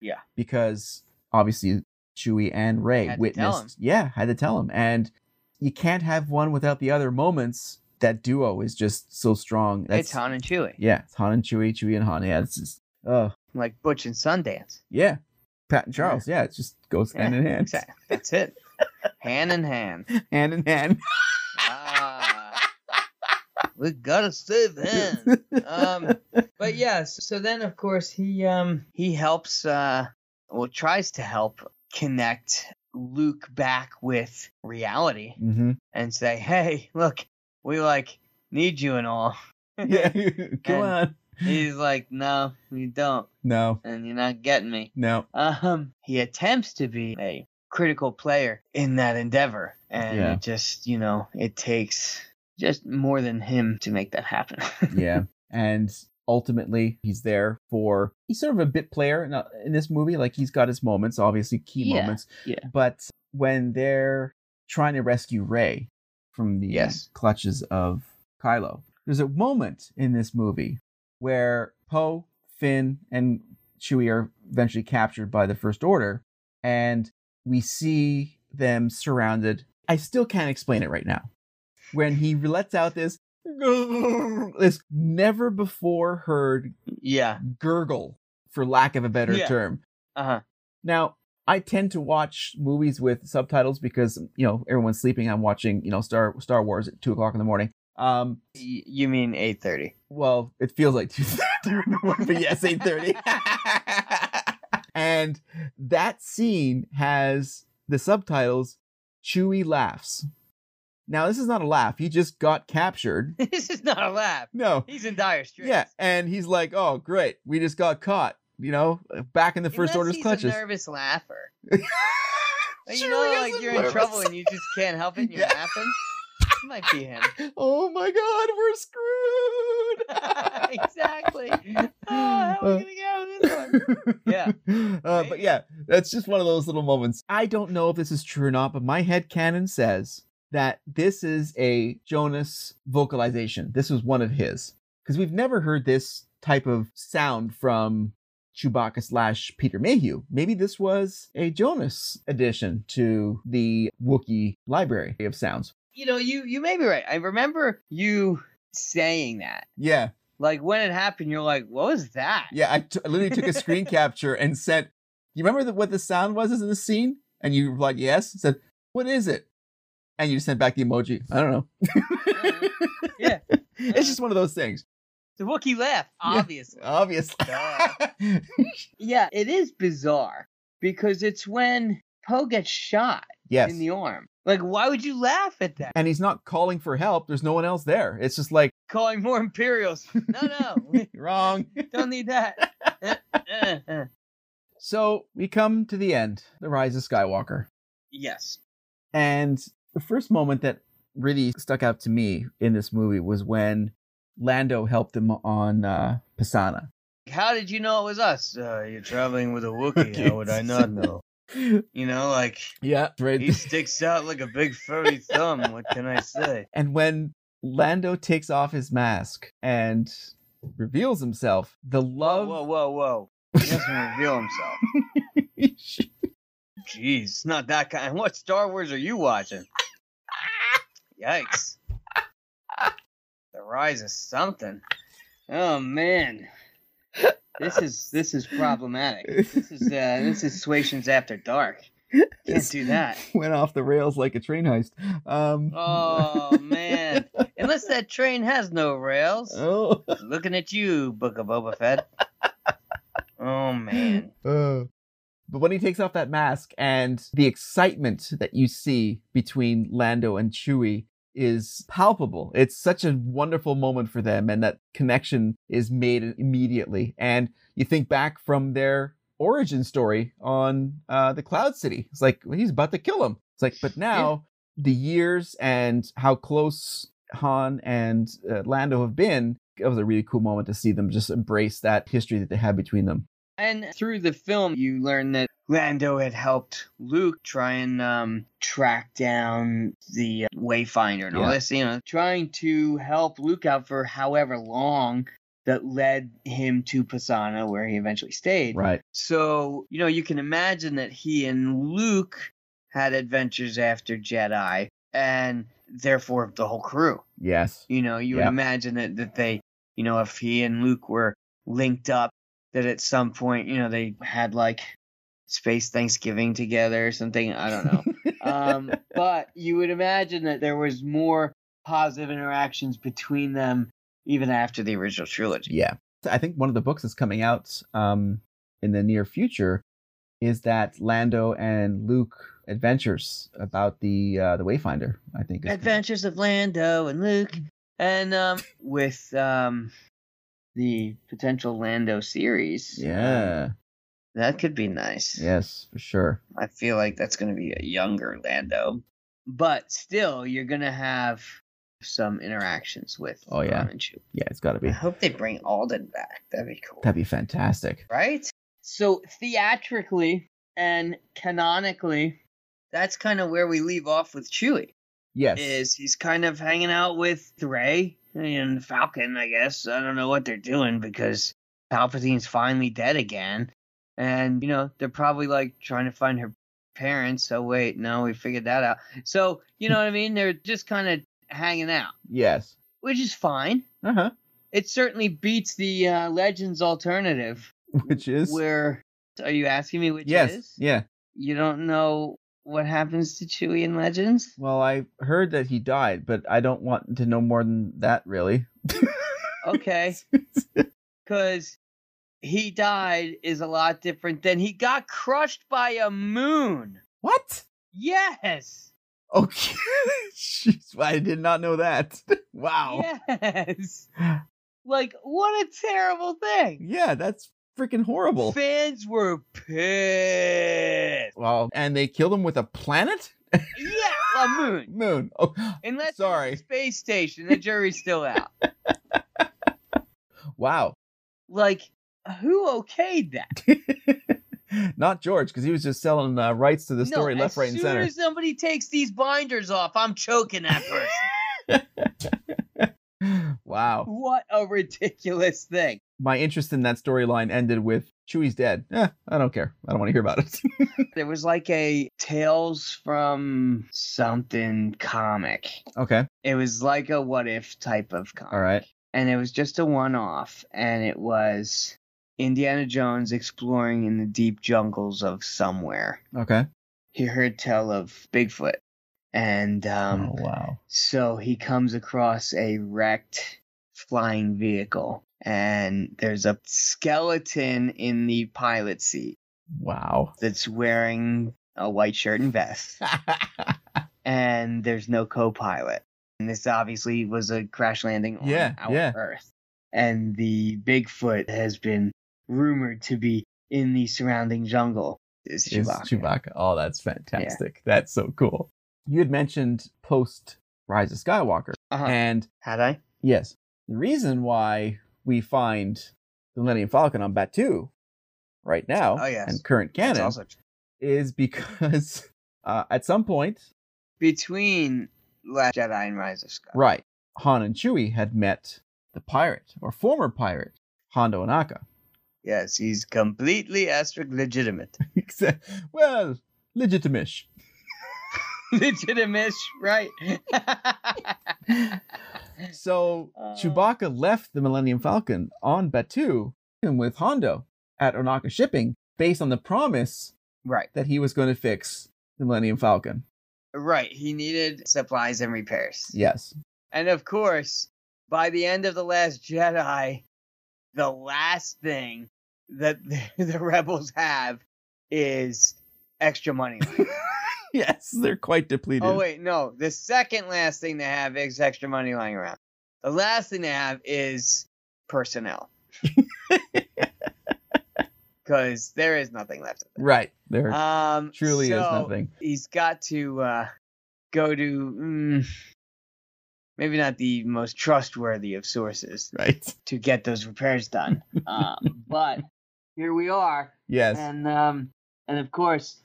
Yeah. Because obviously Chewie and Ray Had to tell witnessed. Yeah, had to tell him. And you can't have one without the other moments. That duo is just so strong. it's Han and Chewie. Yeah, it's Han and Chewie, Chewie and Han. Yeah, it's just, oh, Like Butch and Sundance. yeah. Pat and Charles. Yeah, it just goes hand Yeah, in hand. Exactly. That's it. hand in hand. Hand in hand. Ah, we gotta save him. Um, but yes. So then, of course, he um he helps. Uh, well, tries to help connect Luke back with reality hmm and say, "Hey, look, we like need you and all." Yeah. Come And- on. He's like, no, you don't, No, and you're not getting me. no. Um, he attempts to be a critical player in that endeavor, and Yeah. it just, you know, it takes just more than him to make that happen. yeah and ultimately he's there for he's sort of a bit player in, uh, in this movie like he's got his moments obviously key Yeah, moments yeah. but when they're trying to rescue ray from the Yes. clutches of kylo there's a moment in this movie where poe finn and chewie are eventually captured by the first order and we see them surrounded i still can't explain it right now when he lets out this this never before heard yeah. gurgle, for lack of a better Yeah. term. Uh huh. Now, I tend to watch movies with subtitles because you know everyone's sleeping. I'm watching you know Star Star Wars at two o'clock in the morning. Um, You mean eight thirty? well, it feels like two thirty in the morning, but yes, eight thirty. and that scene has the subtitles. Chewie laughs. Now, this is not a laugh. He just got captured. this is not a laugh. No, He's in dire straits. Yeah, and he's like, "Oh, great, we just got caught." You know, back in the first Unless order's he's clutches. a nervous laugher. Like, you Chewie know, like isn't you're in nervous. trouble and you just can't help it. and You're Yeah. laughing. It might be him. Oh my God, we're exactly. Ah, how are we gonna get out of this one? screwed. Yeah. uh, but yeah, that's just one of those little moments. I don't know if this is true or not, but my head canon says that this is a Jonas vocalization. This was one of his because we've never heard this type of sound from Chewbacca slash Peter Mayhew. Maybe this was a Jonas addition to the Wookiee library of sounds. you know, you you may be right. I remember you saying that. Yeah, Like when it happened, you're like, "What was that?" yeah. I, t- I literally took a screen capture and sent. You remember the, what the sound was in the scene? And you replied yes. It said, what is it? And you sent back the emoji. I don't know. Yeah. it's just one of those things. The Wookiee left, Yeah. Oh. obviously. Obviously. Duh. yeah, it is bizarre because it's when Poe gets shot yes. in the arm. Like, why would you laugh at that? and he's not calling for help. There's no one else there. It's just like Calling more Imperials. No, no, wrong. don't need that. Uh, uh, uh. So we come to the end, the rise of Skywalker. yes. And the first moment that really stuck out to me in this movie was when Lando helped him on uh, Pisana. How did you know it was us? Uh, you're traveling with a Wookiee. How would I not know? You know, like, Yeah, right. he sticks out like a big furry thumb. What can I say? And when Lando takes off his mask and reveals himself, the Whoa, love. Oh, whoa, whoa, whoa. He doesn't reveal himself. Jeez, it's not that kind. What Star Wars are you watching? Yikes. The rise of something. Oh man. This is this is problematic. This is uh, this is Suation's After Dark. Can't do that. Went off the rails like a train heist. Um, Oh man. Unless that train has no rails. oh. Looking at you, Book of Boba Fett. Oh man. Uh, But when he takes off that mask and the excitement that you see between Lando and Chewie is palpable. It's such a wonderful moment for them, and that connection is made immediately. And you think back from their origin story on uh, the Cloud City. It's like well, he's about to kill him. It's like, but now the years and how close Han and uh, Lando have been. It was a really cool moment to see them just embrace that history that they had between them. And through the film, you learn that Lando had helped Luke try and um, track down the uh, Wayfinder and all Yeah. this, you know, trying to help Luke out for however long that led him to Pisana, where he eventually stayed. Right. So, you know, you can imagine that he and Luke had adventures after Jedi, and therefore the whole crew. Yes. You know, you Yeah. would imagine that, that they, you know, if he and Luke were linked up, that at some point, you know, they had like space Thanksgiving together or something. I don't know. um, but you would imagine that there was more positive interactions between them even after the original trilogy. Yeah. I think one of the books that's coming out um, in the near future is that Lando and Luke adventures about the uh, the Wayfinder. I think. is- Adventures of Lando and Luke, and um, with um, the potential Lando series. Yeah. That could be nice. Yes, for sure. I feel like that's going to be a younger Lando, but still, you're going to have some interactions with. Oh, yeah. Han and Chewie. Yeah, it's got to I be. hope they bring Alden back. That'd be cool, That'd be fantastic. right? So theatrically and canonically, that's kind of where we leave off with Chewie. Yes. Is he's kind of hanging out with Ray and Falcon? I guess I don't know what they're doing because Palpatine's finally dead again, and you know they're probably like trying to find her parents. Oh wait, no, we figured that out. So you know what I mean? They're just kind of hanging out, Yes. which is fine. Uh huh. It certainly beats the uh, Legends alternative, Which is. where are you asking me? Which yes. is Yeah. you don't know what happens to Chewie in Legends. Well, I heard that he died, but I don't want to know more than that, really. Okay. because he died is a lot different than he got crushed by a moon. what? Yes. Okay. Jeez, I did not know that. Wow. Yes. Like, what a terrible thing. Yeah, that's freaking horrible. Fans were pissed. Wow. And they killed him with a planet? Yeah, a moon. Moon. Oh, Unless it's a Sorry. space station, the jury's still out. wow. Like, who okayed that? Not George, because he was just selling uh, rights to the story no, left, as right, and soon center. As somebody takes these binders off, I'm choking that person. wow. what a ridiculous thing. My interest in that storyline ended with Chewie's dead. Eh, I don't care. I don't want to hear about it. There was like a Tales from something comic. okay. It was like a what if type of comic. All right. And it was just a one off. And it was Indiana Jones exploring in the deep jungles of somewhere. Okay. he heard tell of Bigfoot, and um, oh wow. so he comes across a wrecked flying vehicle, and there's a skeleton in the pilot seat Wow. that's wearing a white shirt and vest, and there's no co-pilot. And this obviously was a crash landing on Yeah, our yeah. Earth, and the Bigfoot has been rumored to be in the surrounding jungle. Is is Chewbacca. Chewbacca. Oh, that's fantastic. That's so cool. You had mentioned post Rise of Skywalker. Uh-huh. And Had I? yes, the reason why we find the Millennium Falcon on Batu right now Oh, yes. and current That's canon also true. is because uh, at some point, between Last Jedi and Rise of Skywalker. right, Han and Chewie had met the pirate or former pirate, Hondo Anaka. Yes, he's completely asterisk legitimate. well, legitimish. legitimate, right? So Uh. Chewbacca left the Millennium Falcon on Batuu and with Hondo at Onaka Shipping based on the promise right, that he was going to fix the Millennium Falcon. right. He needed supplies and repairs. Yes. And of course, by the end of The Last Jedi, the last thing that the, the rebels have is extra money. Yes, they're quite depleted. Oh wait, no. The second last thing they have is extra money lying around. The last thing they have is personnel. Cause there is nothing left. of Right. it. There Um truly is so nothing. He's got to uh go to mm, maybe not the most trustworthy of sources Right. to get those repairs done. Um but here we are. Yes. And um, and of course,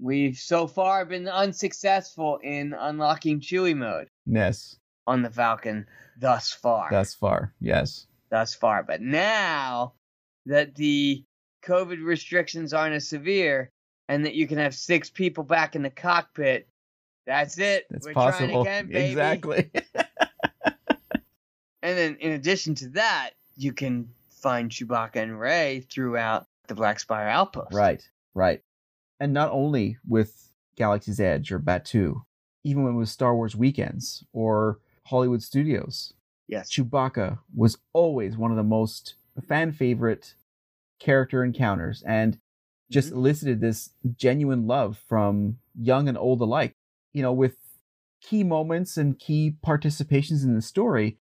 we've so far been unsuccessful in unlocking Chewy mode yes. on the Falcon thus far. Thus far. Yes. Thus far, but now that the COVID restrictions aren't as severe and that you can have six people back in the cockpit, that's it. That's We're possible. trying again, baby. Exactly. And then in addition to that, you can find Chewbacca and Ray throughout the Black Spire outpost. right. Right. And not only with Galaxy's Edge or Batuu, even when it was Star Wars Weekends or Hollywood Studios, Yes. Chewbacca was always one of the most fan favorite character encounters and just elicited this genuine love from young and old alike. You know, with key moments and key participations in the story,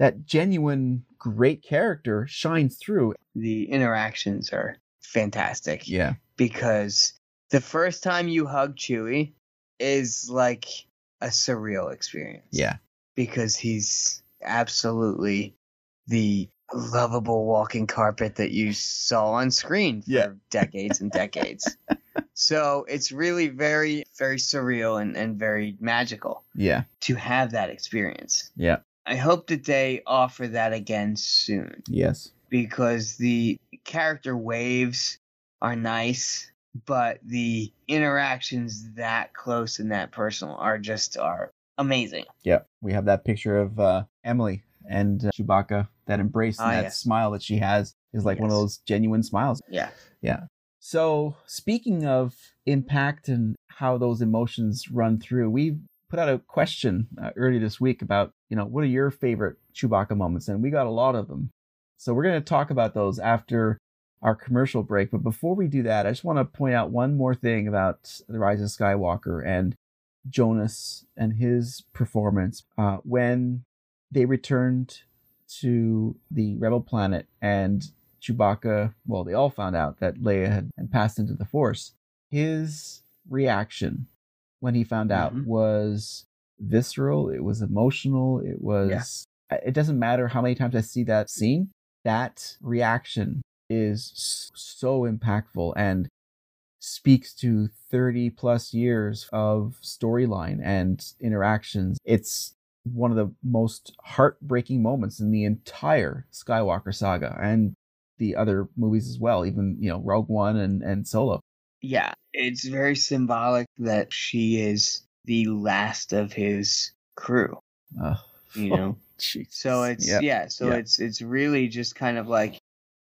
that genuine great character shines through. The interactions are fantastic. Yeah. because the first time you hug Chewie is like a surreal experience. Yeah. Because he's absolutely the lovable walking carpet that you saw on screen for Yeah. decades and decades. so it's really very, very surreal and, and very magical Yeah. to have that experience. Yeah. I hope that they offer that again soon Yes. because the character waves are nice, but the interactions that close and that personal are just are amazing. Yeah. We have that picture of uh, Emily and uh, Chewbacca, that embrace and Ah, that yes. smile that she has is like one of Yes. those genuine smiles. Yeah. So, speaking of impact and how those emotions run through, we put out a question uh, earlier this week about, you know, what are your favorite Chewbacca moments? And we got a lot of them. So, we're going to talk about those after our commercial break. But before we do that, I just want to point out one more thing about The Rise of Skywalker and Jonas and his performance uh, when they returned to the Rebel planet and Chewbacca, well, they all found out that Leia had and passed into the Force. His reaction when he found out Mhm. was visceral, it was emotional, it was. I- It doesn't matter how many times I see that scene, that reaction is s- so impactful and speaks to 30 plus years of storyline and interactions. It's one of the most heartbreaking moments in the entire Skywalker saga and the other movies as well, even, you know, Rogue One and, and Solo. Yeah. It's very symbolic that she is the last of his crew. Uh, You know? jeez. So it's yeah, so yeah. it's it's really just kind of like,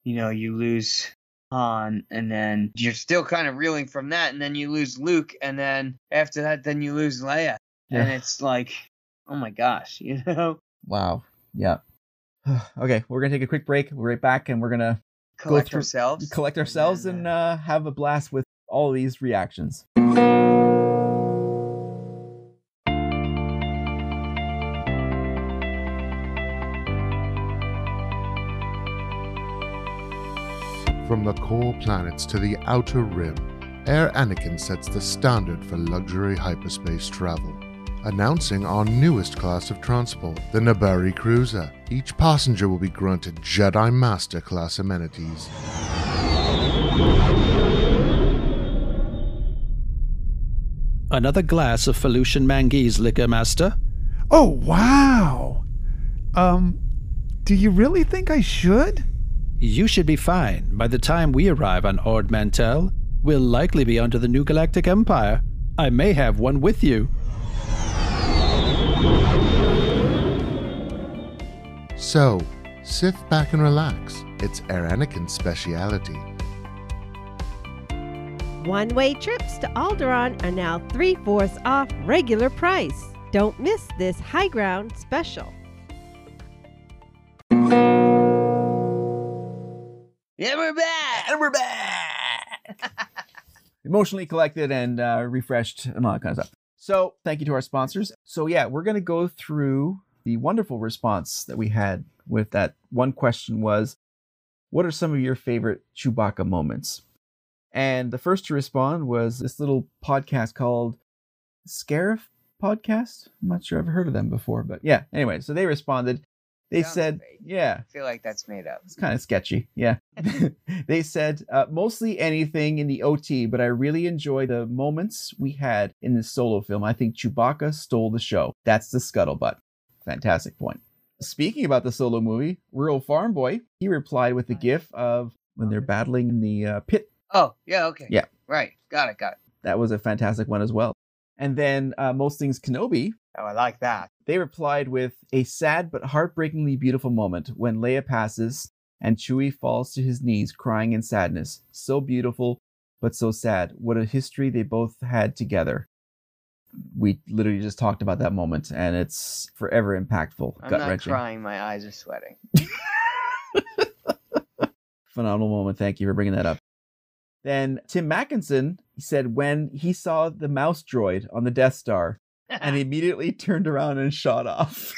you know, you lose Han, and then you're still kind of reeling from that, and then you lose Luke, and then after that, then you lose Leia, and Yeah. it's like, oh my gosh, you know, Wow. Yeah. okay, we're gonna take a quick break. We're right back, and we're gonna collect through- ourselves, collect ourselves and uh, have a blast with all these reactions. From the core planets to the outer rim, Air Anakin sets the standard for luxury hyperspace travel. Announcing our newest class of transport, the Nabari Cruiser. Each passenger will be granted Jedi Master class amenities. Another glass of Felucian Manguese liquor, Master? Oh, wow. Um, do you really think I should? You should be fine. By the time we arrive on Ord Mantell, we'll likely be under the new Galactic Empire. I may have one with you. So, sit back and relax. It's Air Anakin's speciality. One way trips to Alderaan are now three fourths off regular price. Don't miss this high ground special. yeah, we're back, and we're back. Emotionally collected and uh, refreshed and all that kind of stuff. So thank you to our sponsors. So yeah, we're gonna go through the wonderful response that we had with that one question was, what are some of your favorite Chewbacca moments? And the first to respond was this little podcast called Scarif Podcast. I'm not sure I've heard of them before, but yeah. Anyway, so they responded. They Sounds said, fake. yeah, I feel like that's made up. It's kind of sketchy. Yeah. they said uh, mostly anything in the OT, but I really enjoy the moments we had in this solo film. I think Chewbacca stole the show. That's the scuttlebutt. Fantastic point. Speaking about the solo movie, Rural Farm Boy, he replied with a gif of when they're battling in the uh, pit Oh, yeah, okay, Yeah. right, got it, got it. that was a fantastic one as well. And then uh, Most Things Kenobi, Oh, I like that. they replied with a sad but heartbreakingly beautiful moment when Leia passes and Chewie falls to his knees crying in sadness. So beautiful, but so sad. What a history they both had together. We literally just talked about that moment, and it's forever impactful, I'm gut not wrenching. crying. My eyes are sweating. phenomenal moment. Thank you for bringing that up. Then Tim Mackinson said when he saw the mouse droid on the Death Star and immediately turned around and shot off.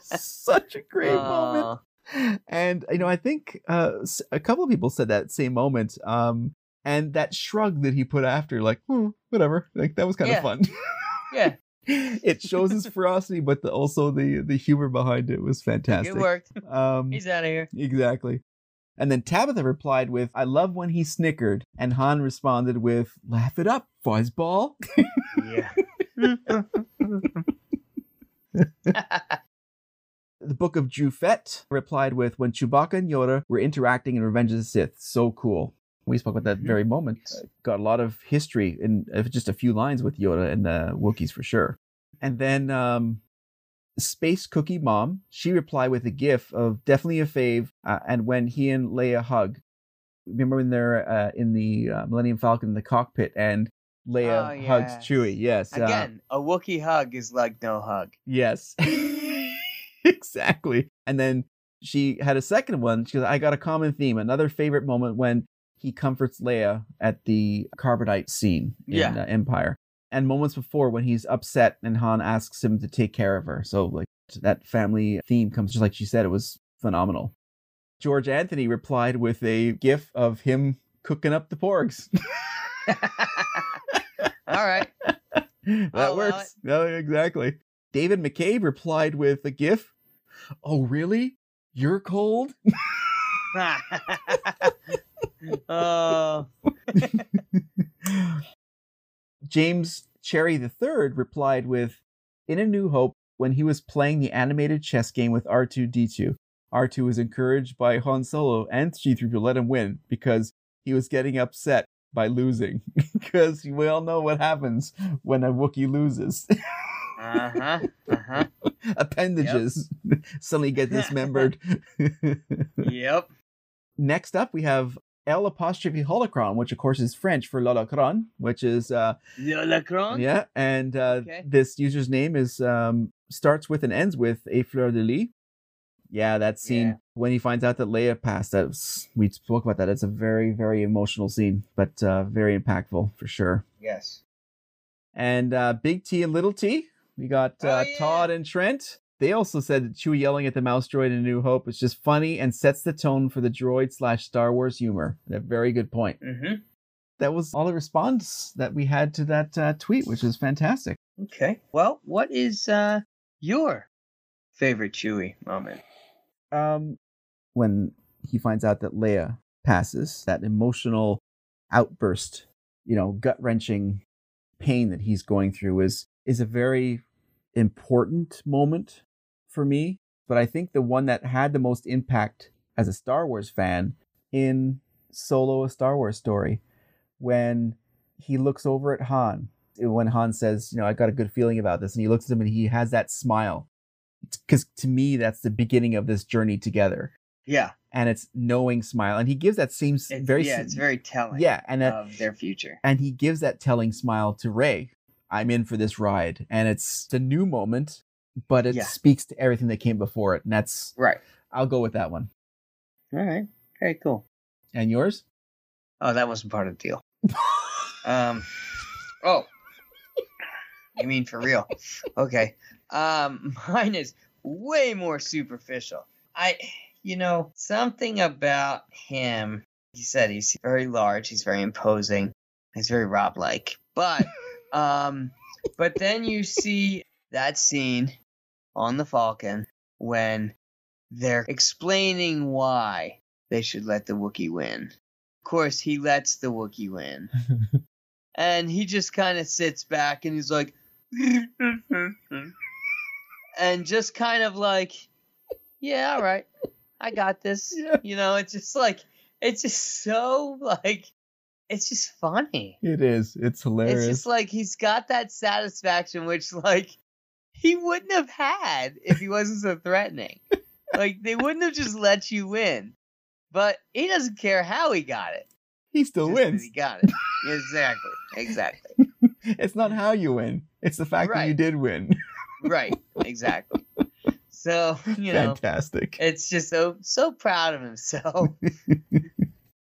Such a great moment. And you know, I think uh, s- a couple of people said that same moment. Um, and that shrug that he put after, like, hmm, whatever, like that was kind Yeah. of fun. yeah, it shows his ferocity, but the, also the the humor behind it was fantastic. it worked. Um, He's out of here. Exactly. And then Tabitha replied with, I love when he snickered. And Han responded with, Laugh it up, fuzzball. Yeah. The Book of Jufet replied with, When Chewbacca and Yoda were interacting in Revenge of the Sith. So cool. We spoke about that Mm-hmm. very moment. Got a lot of history in uh, just a few lines with Yoda and the Wookiees for sure. And then um, Space Cookie Mom, she replied with a gif of definitely a fave. Uh, and when he and Leia hug, remember when they're uh, in the uh, Millennium Falcon in the cockpit and Leia Oh, hugs yes. Chewie? Yes. uh, Again, a Wookiee hug is like no hug. Yes. exactly. And then she had a second one. She goes, I got a common theme. Another favorite moment when he comforts Leia at the carbonite scene in Yeah. uh, Empire. And moments before when he's upset and Han asks him to take care of her. So like that family theme comes just like she said, it was phenomenal. George Anthony replied with a gif of him cooking up the porgs. All right. that I'll allow works. No, exactly. David McCabe replied with a gif. Oh, really? You're cold? oh, James Cherry III replied with In A New Hope, when he was playing the animated chess game with R2 D2, R2 was encouraged by Han Solo and G3 to let him win because he was getting upset by losing. because we all know what happens when a Wookiee loses. uh Uh-huh, huh, uh huh. Appendages suddenly get dismembered. Yep. Next up, we have L apostrophe holocron, which of course is French for l'holocron, which is uh, Lacron? yeah, and uh, Okay. this user's name is um, starts with and ends with a fleur de lis. Yeah, that scene Yeah. when he finds out that Leia passed. That was, we spoke about that. It's a very very emotional scene, but uh, very impactful for sure. Yes. And uh, Big T and Little T, we got Oh, uh, yeah. Todd and Trent. They also said that Chewie yelling at the mouse droid in A New Hope is just funny and sets the tone for the droid slash Star Wars humor. A very good point. Mm-hmm. That was all the response that we had to that uh, tweet, which is fantastic. Okay. Well, what is uh your favorite Chewy moment? um, when he finds out that Leia passes, that emotional outburst, you know, gut wrenching pain that he's going through is is a very important moment for me. But I think the one that had the most impact as a Star Wars fan in Solo: A Star Wars Story, when he looks over at Han, when Han says, "You know, I got a good feeling about this," and he looks at him and he has that smile because to me that's the beginning of this journey together Yeah. and it's knowing smile and he gives that same s- It's, very yeah, s- it's very telling. Um, yeah and uh, that, of their future. and he gives that telling smile to ray i'm in for this ride and it's a new moment but it Yeah. speaks to everything that came before it and that's Right. i'll go with that one All right. Very cool. and yours Oh, that wasn't part of the deal. um. Oh. You mean for real? Okay. Um, mine is way more superficial. I, you know, something about him. He said he's very large. He's very imposing. He's very Rob-like. But, um, but then you see that scene on the Falcon when they're explaining why they should let the Wookiee win. Of course, he lets the Wookiee win. and he just kind of sits back and he's like, and just kind of like, yeah, all right, I got this. Yeah. You know, it's just like, it's just so like, it's just funny. it is it's hilarious It's just like he's got that satisfaction, which like he wouldn't have had if he wasn't so threatening. like they wouldn't have just let you win. But he doesn't care how he got it. he still just that wins He got it. exactly. Exactly. it's not how you win it's the fact that you Right. did win Right. Exactly. So you know, fantastic it's just so so proud of himself. That's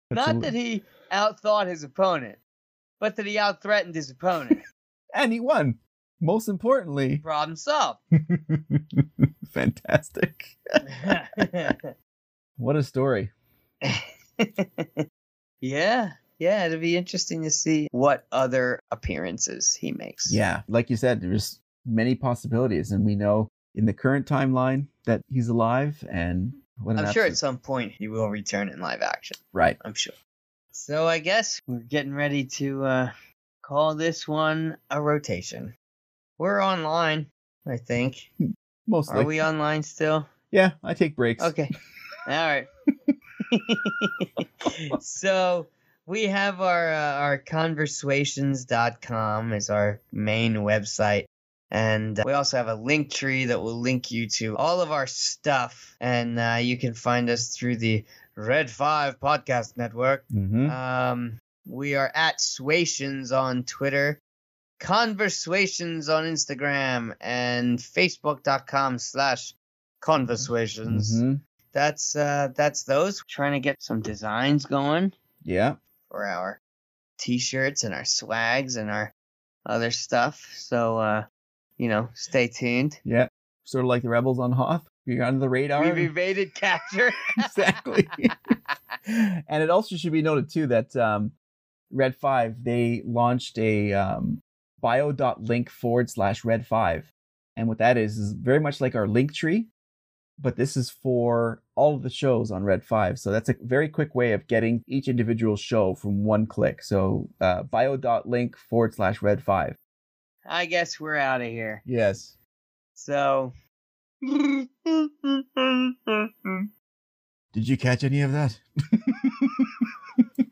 Not a- that he outthought his opponent, but that he outthreatened his opponent. and he won most importantly Problem solved. fantastic what a story yeah, yeah, it'll be interesting to see what other appearances he makes. Yeah, like you said, there's many possibilities, and we know in the current timeline that he's alive. And what an I'm sure absolute- at some point he will return in live action. right. I'm sure. So I guess we're getting ready to uh, call this one a rotation. We're online, I think. Mostly, Are we online still? yeah. I take breaks. Okay. All right. so we have our uh, our conversations.com is our main website and uh, we also have a link tree that will link you to all of our stuff and uh, you can find us through the Red 5 podcast network. Mhm. Um, we are at Swations on Twitter, Conversations on Instagram, and Facebook.com slash Conversations. Mhm. That's uh, that's those. Trying to get some designs going Yeah. for our t-shirts and our swags and our other stuff. So uh, you know, stay tuned. Yeah. Sort of like the rebels on Hoth. You're under the radar. We've evaded capture. exactly. and it also should be noted too that um, Red Five they launched a um, bio.link forward slash Red Five, and what that is is very much like our link tree, but this is for all of the shows on Red Five. So that's a very quick way of getting each individual show from one click. So uh, bio.link forward slash Red Five. I guess we're out of here. Yes. So we Did you catch any of that?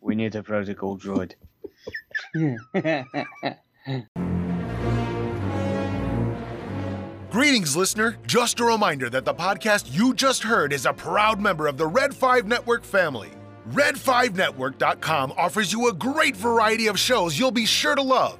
need a protocol droid. Greetings, listener. Just a reminder that the podcast you just heard is a proud member of the Red 5 Network family. Red5network.com offers you a great variety of shows you'll be sure to love.